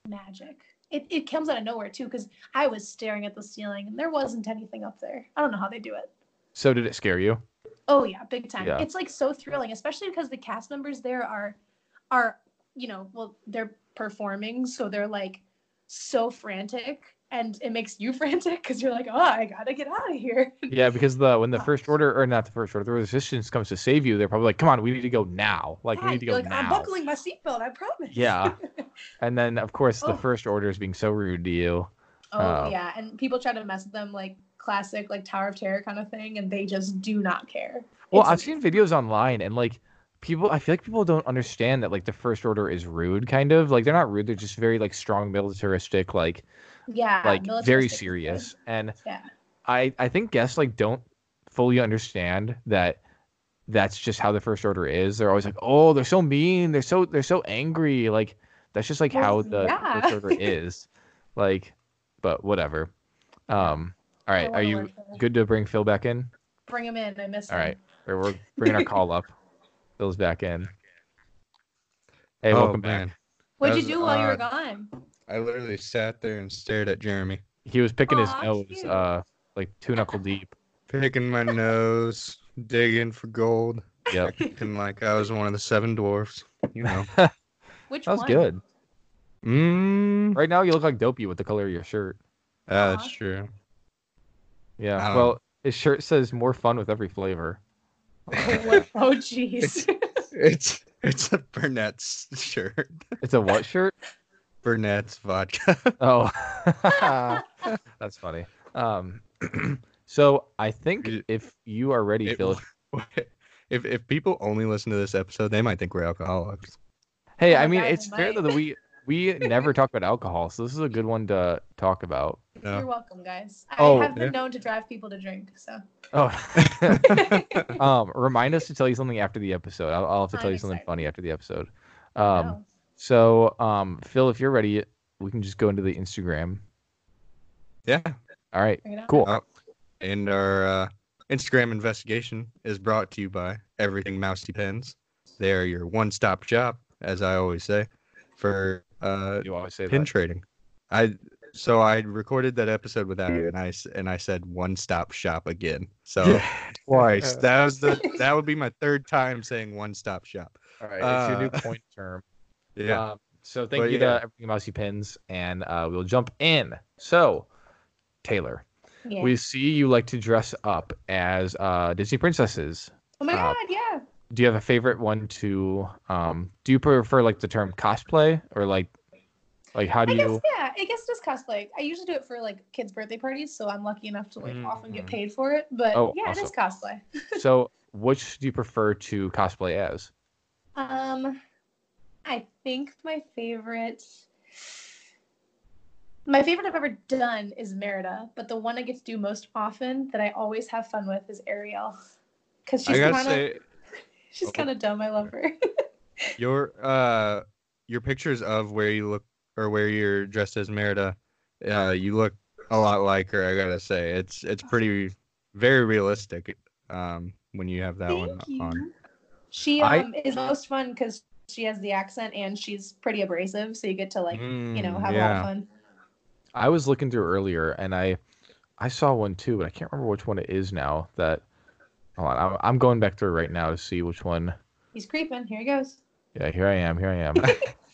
Magic. It, it comes out of nowhere, too, because I was staring at the ceiling and there wasn't anything up there. I don't know how they do it. So did it scare you? Oh, yeah, big time. Yeah. It's like so thrilling, especially because the cast members there are, are you know, well, they're performing. So they're like so frantic. And it makes you frantic because you're like, oh, I gotta get out of here. Yeah, because the when the Uh, first order or not the first order, the resistance comes to save you, they're probably like, "Come on, we need to go now! Like Yeah, we need to go you're like, I'm now!" buckling my seatbelt, I promise. Yeah, and then of course the Oh. first order is being so rude to you. Oh Um, yeah, and people try to mess with them like classic like Tower of Terror kind of thing, and they just do not care. Well, It's- I've seen videos online and like people, I feel like people don't understand that like the first order is rude, kind of like they're not rude; they're just very like strong militaristic, like yeah, like very militaristic is good. serious. And Yeah, I I think guests like don't fully understand that that's just how the first order is. They're always like, "Oh, they're so mean. They're so they're so angry." Like that's just like how Well, the yeah. first order is. Like, but whatever. Um. All right. I Are wanna you live there. good to bring Phil back in? Bring him in. I miss All him. right. We're, we're bringing our call up. Phil's back in. Hey, Oh, welcome back. man. What'd That you do was, while you uh, were gone? I literally sat there and stared at Jeremy, He was picking his Aw, nose, cute. uh, like two knuckle deep. picking my nose, digging for gold, Yep. and like I was one of the seven dwarfs, you know. Which That was one? good. Mm, Right now, you look like Dopey with the color of your shirt. Ah, that's Aw. true. I Yeah. don't Well, his shirt says more fun with every flavor. oh jeez. It's it's a Burnett's shirt. It's a what shirt? Burnett's vodka. Oh, that's funny. Um, so I think It- if you are ready, it- Phil. if if people only listen to this episode, they might think we're alcoholics. Hey, Oh I my mean, God, it's they fair might. that we we never talk about alcohol, so this is a good one to talk about. Yeah. You're welcome, guys. I Oh, Um, have been yeah. known to drive people to drink, so Oh, um, remind us to tell you something after the episode. I'll, I'll have to tell I'm you something excited. funny after the episode. Um, no. So, um, Phil, if you're ready, we can just go into the Instagram. Yeah. All right, bring it on. cool. Uh, And our uh, Instagram investigation is brought to you by Everything Mouse Pins. They are your one-stop shop, as I always say, for uh, You always say pin that. trading. I so I recorded that episode without it, and I s- and I said one-stop shop again. So twice. That was the that would be my third time saying one-stop shop. All right, it's your new Uh, point term. Yeah. Um, so thank But you yeah. to everything Mousy Pins, and uh, we'll jump in. So, Taylor, Yeah. we see you like to dress up as uh, Disney princesses. oh my uh, god, yeah. Do you have a favorite one to? Um, do you prefer like the term cosplay or like, like how do I guess you? yeah, I guess just cosplay. I usually do it for like kids' birthday parties, so I'm lucky enough to like often get Mhm. paid for it. But Oh, yeah, it is cosplay. so, which do you prefer to cosplay as? Um, I think my favorite, my favorite I've ever done is Merida, but the one I get to do most often that I always have fun with is Ariel, because she's I gotta kind of say, she's Oh. kind of dumb. I love her. your uh your pictures of where you look or where you're dressed as Merida, uh, you look a lot like her. I gotta say, it's it's pretty very realistic. Um, when you have that one uh, Thank on, you. She I- um is most fun because she has the accent and she's pretty abrasive, so you get to like you know Mm, have a lot yeah. of fun. I was looking through earlier and I I saw one too, but I can't remember which one it is now. That hold on, I'm, I'm going back through right now to see which one. He's creeping. Here he goes. Yeah, here I am. Here I am.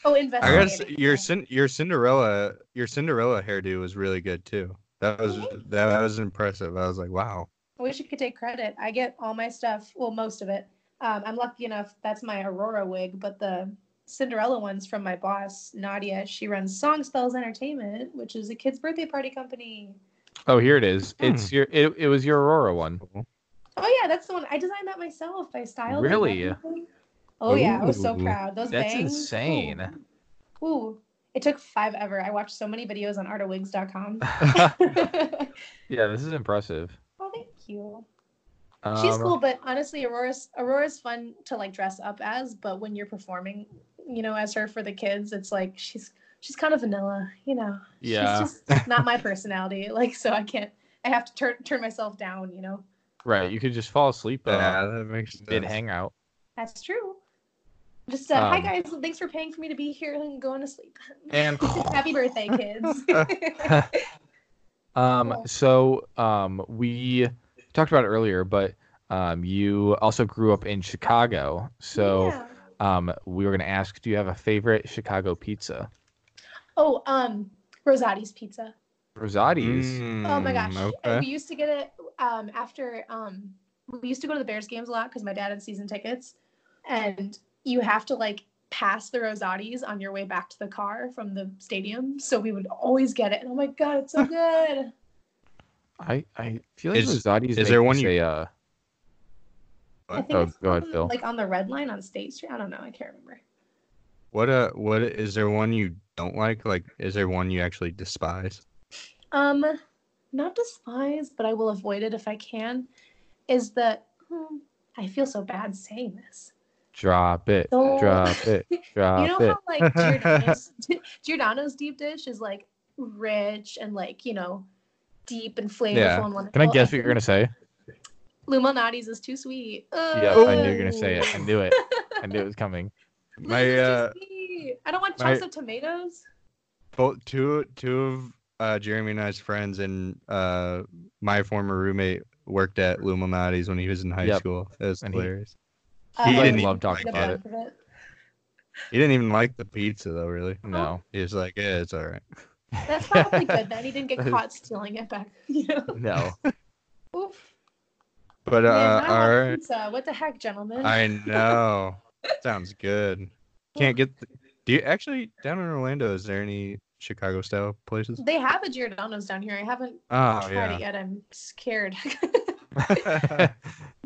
Oh, I gotta investigating. say, your Cin- your Cinderella your Cinderella hairdo was really good too. That was Thanks. that, that was impressive. I was like, wow. I wish you could take credit. I get all my stuff, well, most of it. Um, I'm lucky enough, that's my Aurora wig, but the Cinderella one's from my boss, Nadia. She runs Song Spells Entertainment, which is a kids' birthday party company. oh, here it is. Hmm. It's your it, it was your Aurora one. Oh, yeah, that's the one. I designed that myself. I styled it. and Really? everything. Oh, yeah, I was so Ooh, proud. Those that's bangs. insane. Ooh. Ooh. It took five ever. I watched so many videos on artofwigs.com. yeah, oh, this is impressive. thank you. Um, She's cool, but honestly, Aurora's Aurora's fun to like dress up as, but when you're performing, you know, as her for the kids, it's like she's she's kind of vanilla, you know. Yeah. She's just not my personality. Like so I can't I have to turn turn myself down, you know. Right, you could just fall asleep uh, yeah, that makes sense. mid hangout. That's true. Just uh, hi Um, guys, thanks for paying for me to be here and going to sleep. And Happy birthday, kids. Um, Cool. so um, we talked about it earlier, but um, you also grew up in Chicago, so. Yeah. Um, we were gonna ask, do you have a favorite Chicago pizza? Oh, um Rosati's pizza. Rosati's. Oh my gosh. Mm, And okay. We used to get it um, after um, we used to go to the Bears games a lot because my dad had season tickets. And you have to like pass the Rosati's on your way back to the car from the stadium. So we would always get it. And oh my God, it's so good. I, I feel like Is- Rosati's. is there make one me you- say, uh, I think Oh, it's go ahead, on- Phil. like on the red line on State Street. I don't know. I can't remember. What uh what is there one you don't like? Like is there one you actually despise? Um, not despise, but I will avoid it if I can. Is the hmm, I feel so bad saying this. Drop it. So- Drop it. Drop you know it. how like Giordano's, Giordano's deep dish is like rich and like you know deep and flavorful Yeah. and wonderful. Can I guess what you're gonna say? Luminati's is too sweet. Yeah, Ugh. I knew you were gonna say it. I knew it. I knew it was coming. My Luminati's uh, too sweet. I don't want my- chunks of tomatoes. both two two of uh, Jeremy and I's friends and uh, my former roommate worked at Luminati's when he was in high Yep. school. It was And he- hilarious. Uh, He like, didn't love even talking the about it. back of it. He didn't even like the pizza though, really. Oh. No. He was like, "Yeah, it's all right." That's probably good that he didn't get That is- caught stealing it back. You know? No. Oof. But Man, uh, I all want right. pizza. What the heck, gentlemen? I know. Sounds good. Can't get. th- do you actually down in Orlando? Is there any Chicago style places? They have a Giordano's down here. I haven't Oh tried it yeah. yet. I'm scared. Seems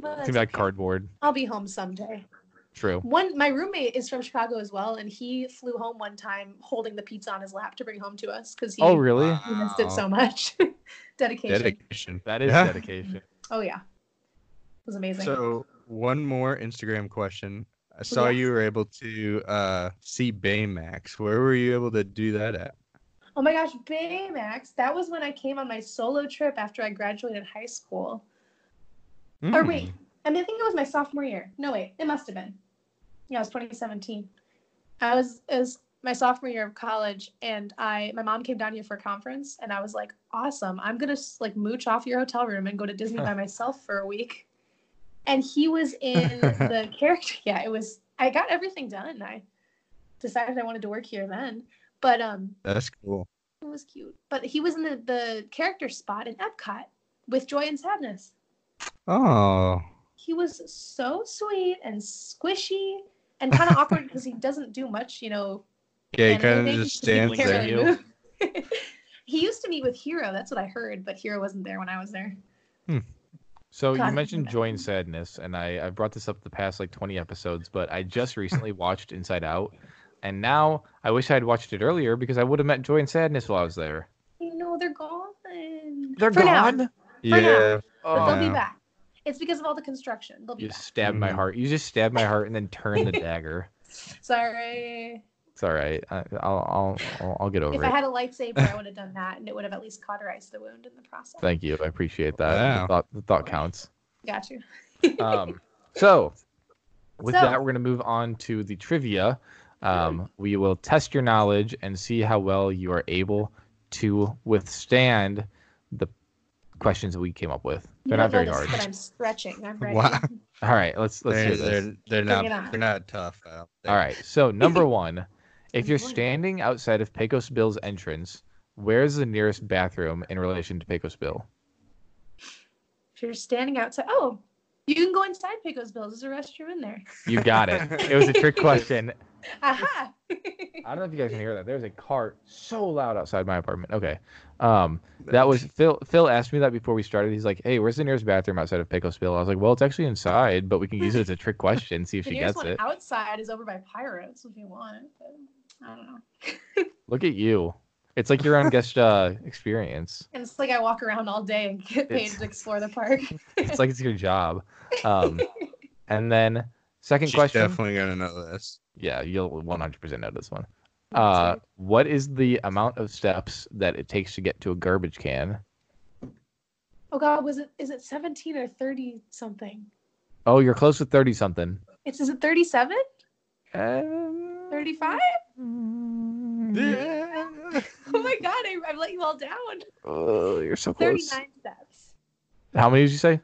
But like cardboard. I'll be home someday. True. One, my roommate is from Chicago as well, and he flew home one time holding the pizza on his lap to bring home to us because he, Oh really? he missed it so Wow. much. Dedication. Dedication. That is Yeah. dedication. Oh yeah, it was amazing. So one more Instagram question. I saw Yes. you were able to uh, see Baymax. Where were you able to do that at? Oh my gosh, Baymax! That was when I came on my solo trip after I graduated high school. Hmm. Or Oh, wait, I mean, I think it was my sophomore year. No, wait, it must have been. Yeah, it was 2017. I was as my sophomore year of college, and I my mom came down here for a conference, and I was like, awesome! I'm gonna s- like mooch off your hotel room and go to Disney by myself for a week. And he was in the character. Yeah, it was. I got everything done. I decided I wanted to work here then, but um, That's cool. it was cute. But he was in the, the character spot in Epcot with Joy and Sadness Oh. he was so sweet and squishy and kind of awkward because he doesn't do much, you know. Yeah, he anime kind of things, just so he stands Like can't there. you. really move. he used to meet with Hero, that's what I heard, but Hero wasn't there when I was there. So you God. mentioned joy and sadness, and I, I've brought this up the past like 20 episodes, but I just recently watched Inside Out, and now I wish I had watched it earlier because I would have met joy and sadness while I was there. You know, they're gone. They're For now, gone. now. Yeah. but Oh, they'll be Yeah. back. It's because of all the construction. They'll be you stabbed my Mhm. heart. You just stabbed my heart and then turned the dagger. back. Sorry. It's all right. I, I'll, I'll I'll I'll get over If it. I had a lightsaber, I would have done that and it would have at least cauterized the wound in the process. Thank you. I appreciate that. The, Wow. thought, the thought counts. Got you. Um, so, with So- that, we're going to move on to the trivia. Um, we will test your knowledge and see how well you are able to withstand the questions that we came up with. You They're don't not very know this, hard. But I'm stretching. I'm ready. Wow. All right, let's let's They're, hear this. they're, they're it on. not they're not tough. I don't think. All right. So number one, if I'm you're going. standing outside of Pecos Bill's entrance, where's the nearest bathroom in relation to Pecos Bill? If you're standing outside, oh, you can go inside Pecos Bills. There's a restroom in there. You got it. it was a trick question. Aha! I don't know if you guys can hear that. There's a car so loud outside my apartment. Okay. Um, that was Phil. Phil asked me that before we started. He's like, "Hey, where's the nearest bathroom outside of Pecosville?" I was like, "Well, it's actually inside, but we can use it as a trick question. See if the she nearest gets one it." outside is over by Pirates if you want. But I don't know. Look at you. It's like your own guest uh, experience. And it's like I walk around all day and get paid It's- to explore the park. It's like it's your job. Um, and then second She's question. definitely gonna know this. Yeah, you'll 100% know this one. That's Uh, right. what is the amount of steps that it takes to get to a garbage can? oh God, was it? Is it 17 or 30 something? Oh, you're close to 30 something. It's is it 37? Um, 35? Mm-hmm. Oh my God, I, I've let you all down. Oh, you're so close. 39 steps. How many did you say?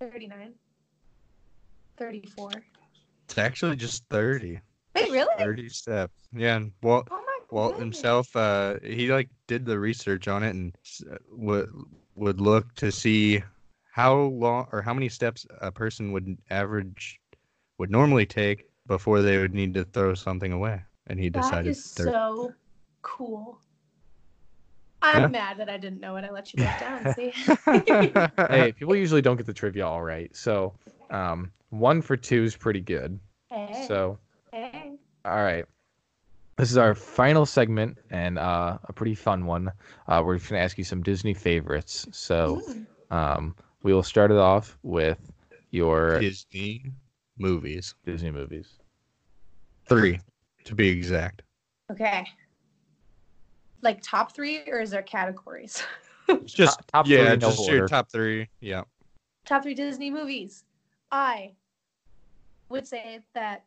39. 34. It's actually just thirty. Wait, really? Thirty steps. Yeah. and Walt Oh my Walt goodness. himself, uh, he like did the research on it and s- uh, would would look to see how long or how many steps a person would average would normally take before they would need to throw something away. And he That decided is thirty. so cool. I'm Yeah. mad that I didn't know it. I let you guys down. See, hey, people usually don't get the trivia all right. So, um, one for two is pretty good. hey, So, hey. all right. This is our final segment and uh, a pretty fun one. Uh, we're just going to ask you some Disney favorites. So, Mm. um, we will start it off with your Disney movies. Disney movies. Three, to be exact. Okay. Like top three, or is there categories? Just Top- top yeah, three, no just order. your top three. Yeah. top three Disney movies. I would say that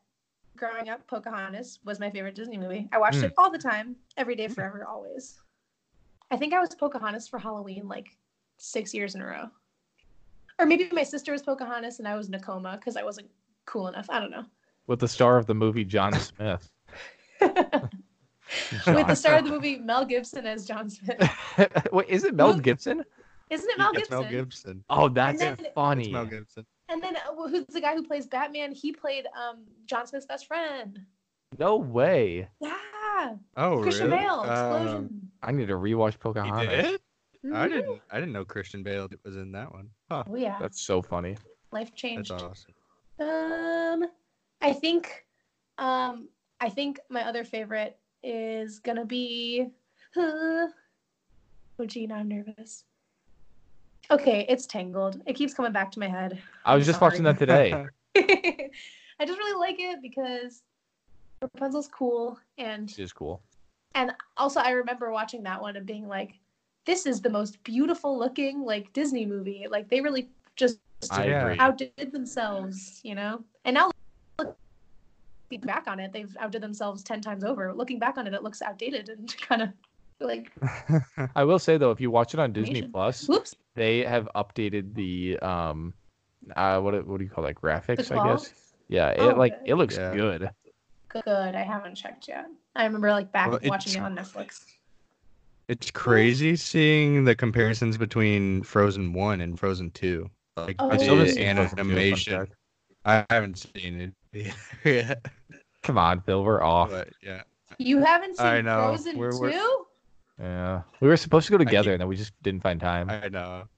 growing up, Pocahontas was my favorite Disney movie. I watched Hmm. it all the time, every day, forever, always. I think I was Pocahontas for Halloween like six years in a row. Or maybe my sister was Pocahontas and I was Nakoma because I wasn't cool enough. I don't know. With the star of the movie John Smith. With the star of the movie, Mel Gibson as John Smith. Wait, is it Mel Mel- Gibson? Isn't it Mel Yes, Gibson? Mel Gibson. Oh, that's then- It's funny. It's Mel Gibson. And then uh, who's the guy who plays Batman? He played um, John Smith's best friend. No way. Yeah. Oh, Christian really? Bale, Explosion. Um, I need to rewatch he Pocahontas. did? I Mhm. didn't. I didn't know Christian Bale was in that one. Huh. Oh yeah, That's so funny. life That's changed. awesome. Um, I think, um, I think my other favorite is gonna be. Uh, oh, gee, now I'm nervous. Okay, it's Tangled. It keeps coming back to my head. I was just watching Sorry. that today. I just really like it because Rapunzel's cool, and Which is cool. and also I remember watching that one and being like, "This is the most beautiful looking like Disney movie. Like they really just I Yeah. agree. outdid themselves, you know. And now looking back on it, they've outdid themselves ten times over. Looking back on it, it looks outdated and kind of like, I will say though, if you watch it on Disney Animation. Plus, whoops, they have updated the um, uh, what what do you call that graphics? I quality? guess. Yeah, it Oh, like okay. it looks Yeah. good. good. I haven't checked yet. I remember like back Well, it's- watching it on Netflix. It's crazy seeing the comparisons between Frozen One and Frozen Two. Like Oh. I It's still haven't the seen almost Frozen two, fun animation. fact. I haven't seen it. yeah. Come on, Phil, we're off. But yeah. You haven't seen I know. Frozen We're- we're- two? Yeah, we were supposed to go together, keep- and then we just didn't find time. I know.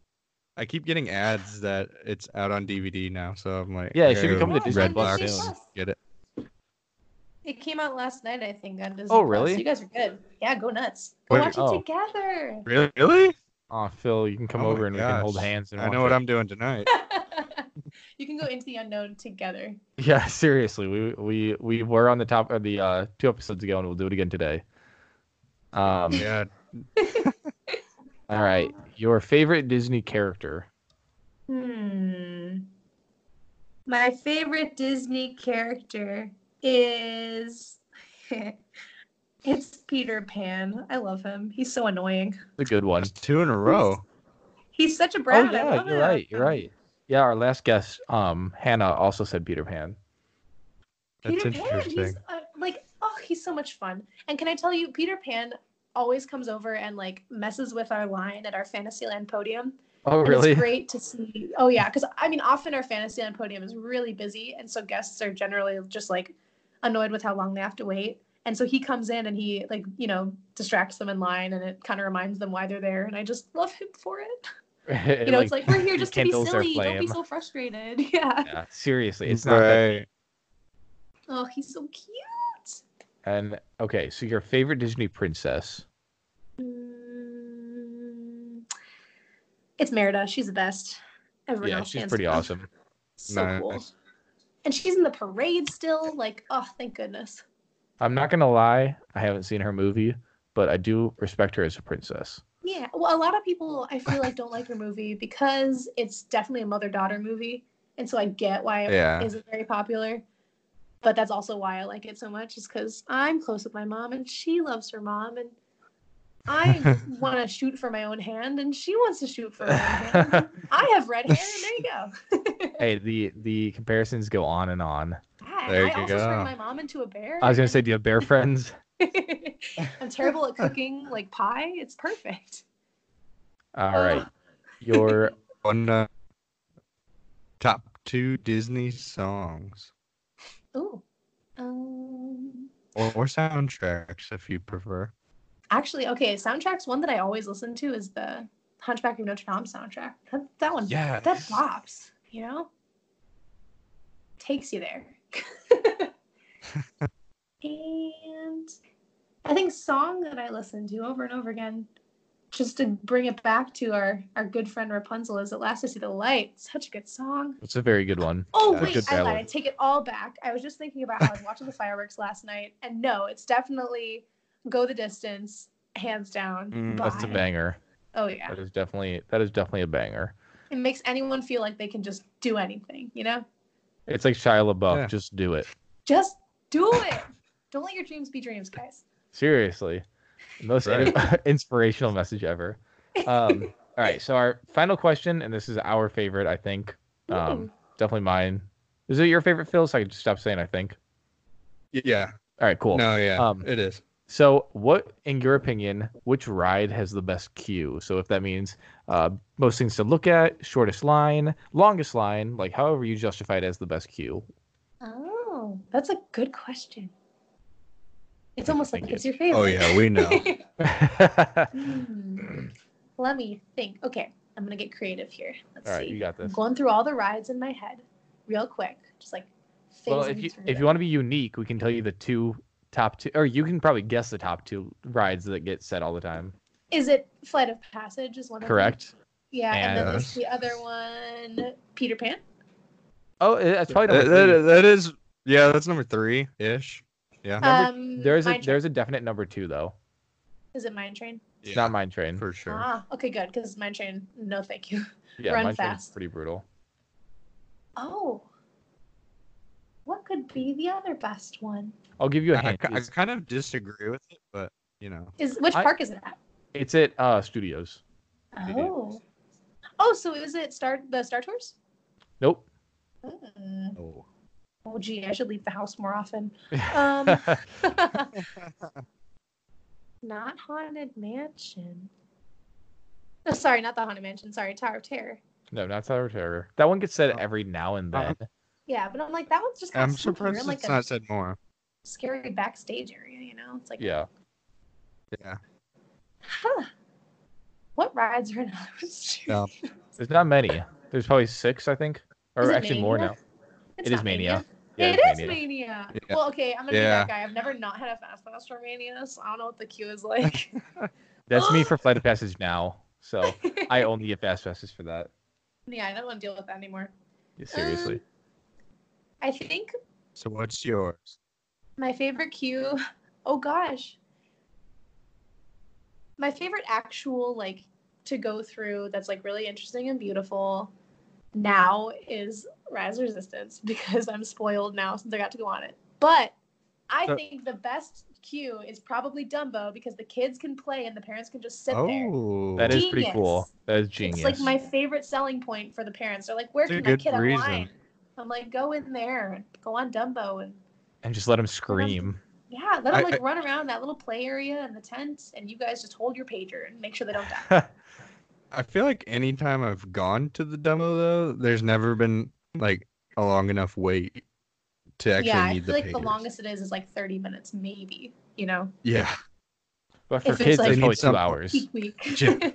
I keep getting ads that it's out on DVD now, so I'm like, Yeah, I it should gotta be coming to Oh, go Disney Red Plus Box, soon. Get it? It came out last night, I think, on Disney. Oh, Plus. really? You guys are good. Yeah, go nuts. Go Wait, watch it oh. together. Really? Really? Oh, Phil, you can come Oh my over and we can hold gosh. hands. And I watch know what it. I'm doing tonight. you can go into the unknown together. Yeah, seriously, we we we were on the top of the uh, two episodes ago, and we'll do it again today. Um, yeah. all right, your favorite Disney character? Hmm. My favorite Disney character is it's Peter Pan. I love him. He's so annoying. The good one. That's two in a row. He's such a brat. oh I yeah, love you're him. right. You're right. Yeah, our last guest, um, Hannah also said Peter Pan. That's Peter Pan. He's interesting. uh, like, oh, he's so much fun. And can I tell you, Peter Pan always comes over and like messes with our line at our Fantasyland podium. Oh And really? It's great to see. Oh yeah, because I mean, often our Fantasyland podium is really busy, and so guests are generally just like annoyed with how long they have to wait. And so he comes in and he like you know distracts them in line, and it kind of reminds them why they're there. And I just love him for it. You know, it's like we're here just to be kindles their silly. Don't flame. be so frustrated. Yeah. yeah, seriously, it's not. That, right. Oh, he's so cute. and okay, so your favorite Disney princess? Mm. It's Merida. She's the best. Everyone yeah, else she's hands pretty down. awesome. So Nice. cool. And she's in the parade still. Like, oh, thank goodness. I'm not gonna lie, I haven't seen her movie, but I do respect her as a princess. Yeah, well, a lot of people I feel like don't like her movie because it's definitely a mother daughter movie, and so I get why it Yeah. not very popular. But that's also why I like it so much, is because I'm close with my mom and she loves her mom, and I want to shoot for my own hand and she wants to shoot for her own hand. I have red hair, and there you go. Hey, the the comparisons go on and on. Hi, There I you also go. turned my mom into a bear. I was gonna say, do you have bear friends? I'm terrible at cooking like pie. It's perfect. All right, your One uh, top two Disney songs Ooh. Um. or, or soundtracks, if you prefer. Actually, okay, soundtracks. One that I always listen to is the Hunchback of Notre Dame soundtrack. That, that one, Yeah. that bops, you know, takes you there. and I think song that I listen to over and over again. just to bring it back to our our good friend Rapunzel, is it last to see the light? Such a good song. It's a very good one. Oh Yeah, wait, good I lied. ballad. I take it all back. I was just thinking about how I was watching the fireworks last night, and no, it's definitely "Go the Distance," hands down. Mm, That's a Bye. banger. Oh yeah, That is definitely that is definitely a banger. it makes anyone feel like they can just do anything. You know, It's like Shia LaBeouf. Yeah. Just do it. just do it. Don't let your dreams be dreams, guys. Seriously, most in- inspirational message ever. Um, all right, so our final question, and this is our favorite, I think. Um, Ooh. definitely mine. Is it your favorite, Phil? So I can just stop saying I think. Yeah. All right, cool. No, yeah. Um, it is. So, what, in your opinion, which ride has the best queue? So, if that means uh, most things to look at, shortest line, longest line, like however you justify it as the best queue. Oh, that's a good question. It's almost like Thank you. it's your favorite. Oh yeah, we know. All Hmm. Let me think. Okay, I'm gonna get creative here. Let's right, see. you got I'm this. going through all the rides in my head, real quick, just like. Well, phasing if you through if them. you want to be unique, we can tell you the two top two, or you can probably guess the top two rides that get said all the time. Is it Flight of Passage? Is one of them? Correct? Yeah, and, then And- there's the other one, Peter Pan. Oh, eh, that's probably That- number that- three. that is. Yeah, that's number three ish. Yeah. Number- um, There's a Mine Train. there's a definite number two though. Is it Mine Train? It's not Mine Train. for sure. Ah, okay, good, because Mine Train. No, thank you. Yeah, Run Mine Train's Fast. pretty brutal. Oh, what could be the other best one? I'll give you a I, hint. ki- I It's, kind of disagree with it, but you know. Is which I- park is it at? it's at uh, Studios. It Oh, oh, so is it Star the Star Tours? Nope. Mm. Oh. Oh, gee, I should leave the house more often. Um, not Haunted Mansion. Oh, sorry, not the Haunted Mansion. Sorry, Tower of Terror. no, not Tower of Terror. That one gets said Oh. every now and Uh, then. Yeah, but I'm like that one's just. kinda I'm spooky. We're in, surprised like it's a not said more. scary backstage area. You know, it's like, yeah. Yeah. huh? What rides are in Hollywood No. Studios? There's not many. There's probably six, I think, or Is it actually more Mania? now. It is not Mania. it it's is mania. Yeah. Well, okay, I'm gonna Yeah. be that guy. I've never not had a fast pass for mania, so I don't know what the queue is like. That's me for Flight of Passage now. So I only get fast passes for that. yeah, I don't want to deal with that anymore. Seriously. Um, I think So what's yours? My favorite cue. Oh gosh. My favorite actual like to go through that's like really interesting and beautiful now is Rise of Resistance because I'm spoiled now since I got to go on it. But I So- think the best cue is probably Dumbo because the kids can play and the parents can just sit there. Oh, that is pretty Genius. cool. That is genius. It's like my favorite selling point for the parents. They're like, where It's a can my good kid reason. unwind? I'm like, go in there and go on Dumbo and and just let him scream. Yeah, let I- them like run around that little play area and the tent, and you guys just hold your pager and make sure they don't die. I feel like anytime I've gone to the demo though, there's never been like a long enough wait to actually yeah, I need feel the like the pagers. longest it is is like thirty minutes, maybe. You know, Yeah. but for it's kids, like- it's They probably need two something. hours. peak week. Yeah.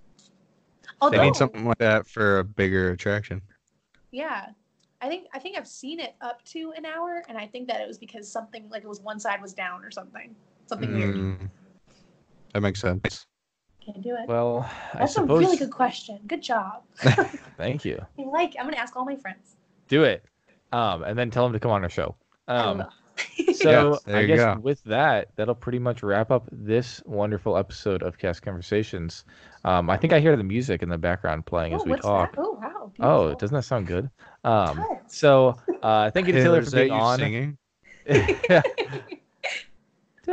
Although, They need something like that for a bigger attraction. yeah, I think I think I've seen it up to an hour, and I think that it was because something like it was one side was down or something, something weird. Mm. That makes sense. Mm. Can't do it. Well, I That's suppose. a really good question. Good job. Thank you. I like. I'm gonna ask all my friends. Do it. Um, and then tell him to come on our show. I Um, will. So Yes, there I you guess go. with that, that'll pretty much wrap up this wonderful episode of Cast Conversations. Um, I think I hear the music in the background playing oh, as we what's talk. that? Oh wow. Oh, beautiful. doesn't that sound good? Um, does. so uh, thank you to Taylor is for that being you on. singing?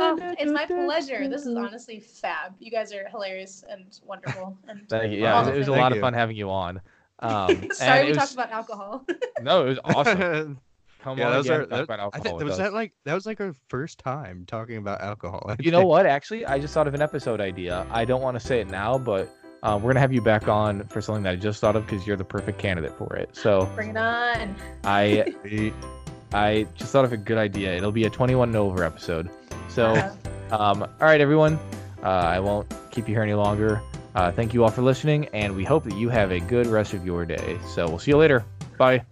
Oh, it's my pleasure. This is honestly fab. You guys are hilarious and wonderful. And Thank you. Yeah, all it the was, it was a things. lot Thank of you. fun having you on. Um, Sorry, and we it talked was, about alcohol. no, it was awesome. Oh, Come yeah, on that was again, our. talk That, about I alcohol think that with was us. that like that was like our first time talking about alcohol. I You know think. what? Actually, I just thought of an episode idea. I don't want to say it now, but um, we're gonna have you back on for something that I just thought of because you're the perfect candidate for it. So Bring it on. I We- I just thought of a good idea. It'll be a 21 and over episode. So Uh-huh. Uh, um, all right, everyone. Uh, I won't keep you here any longer. Uh, thank you all for listening, and we hope that you have a good rest of your day. So we'll see you later. Bye.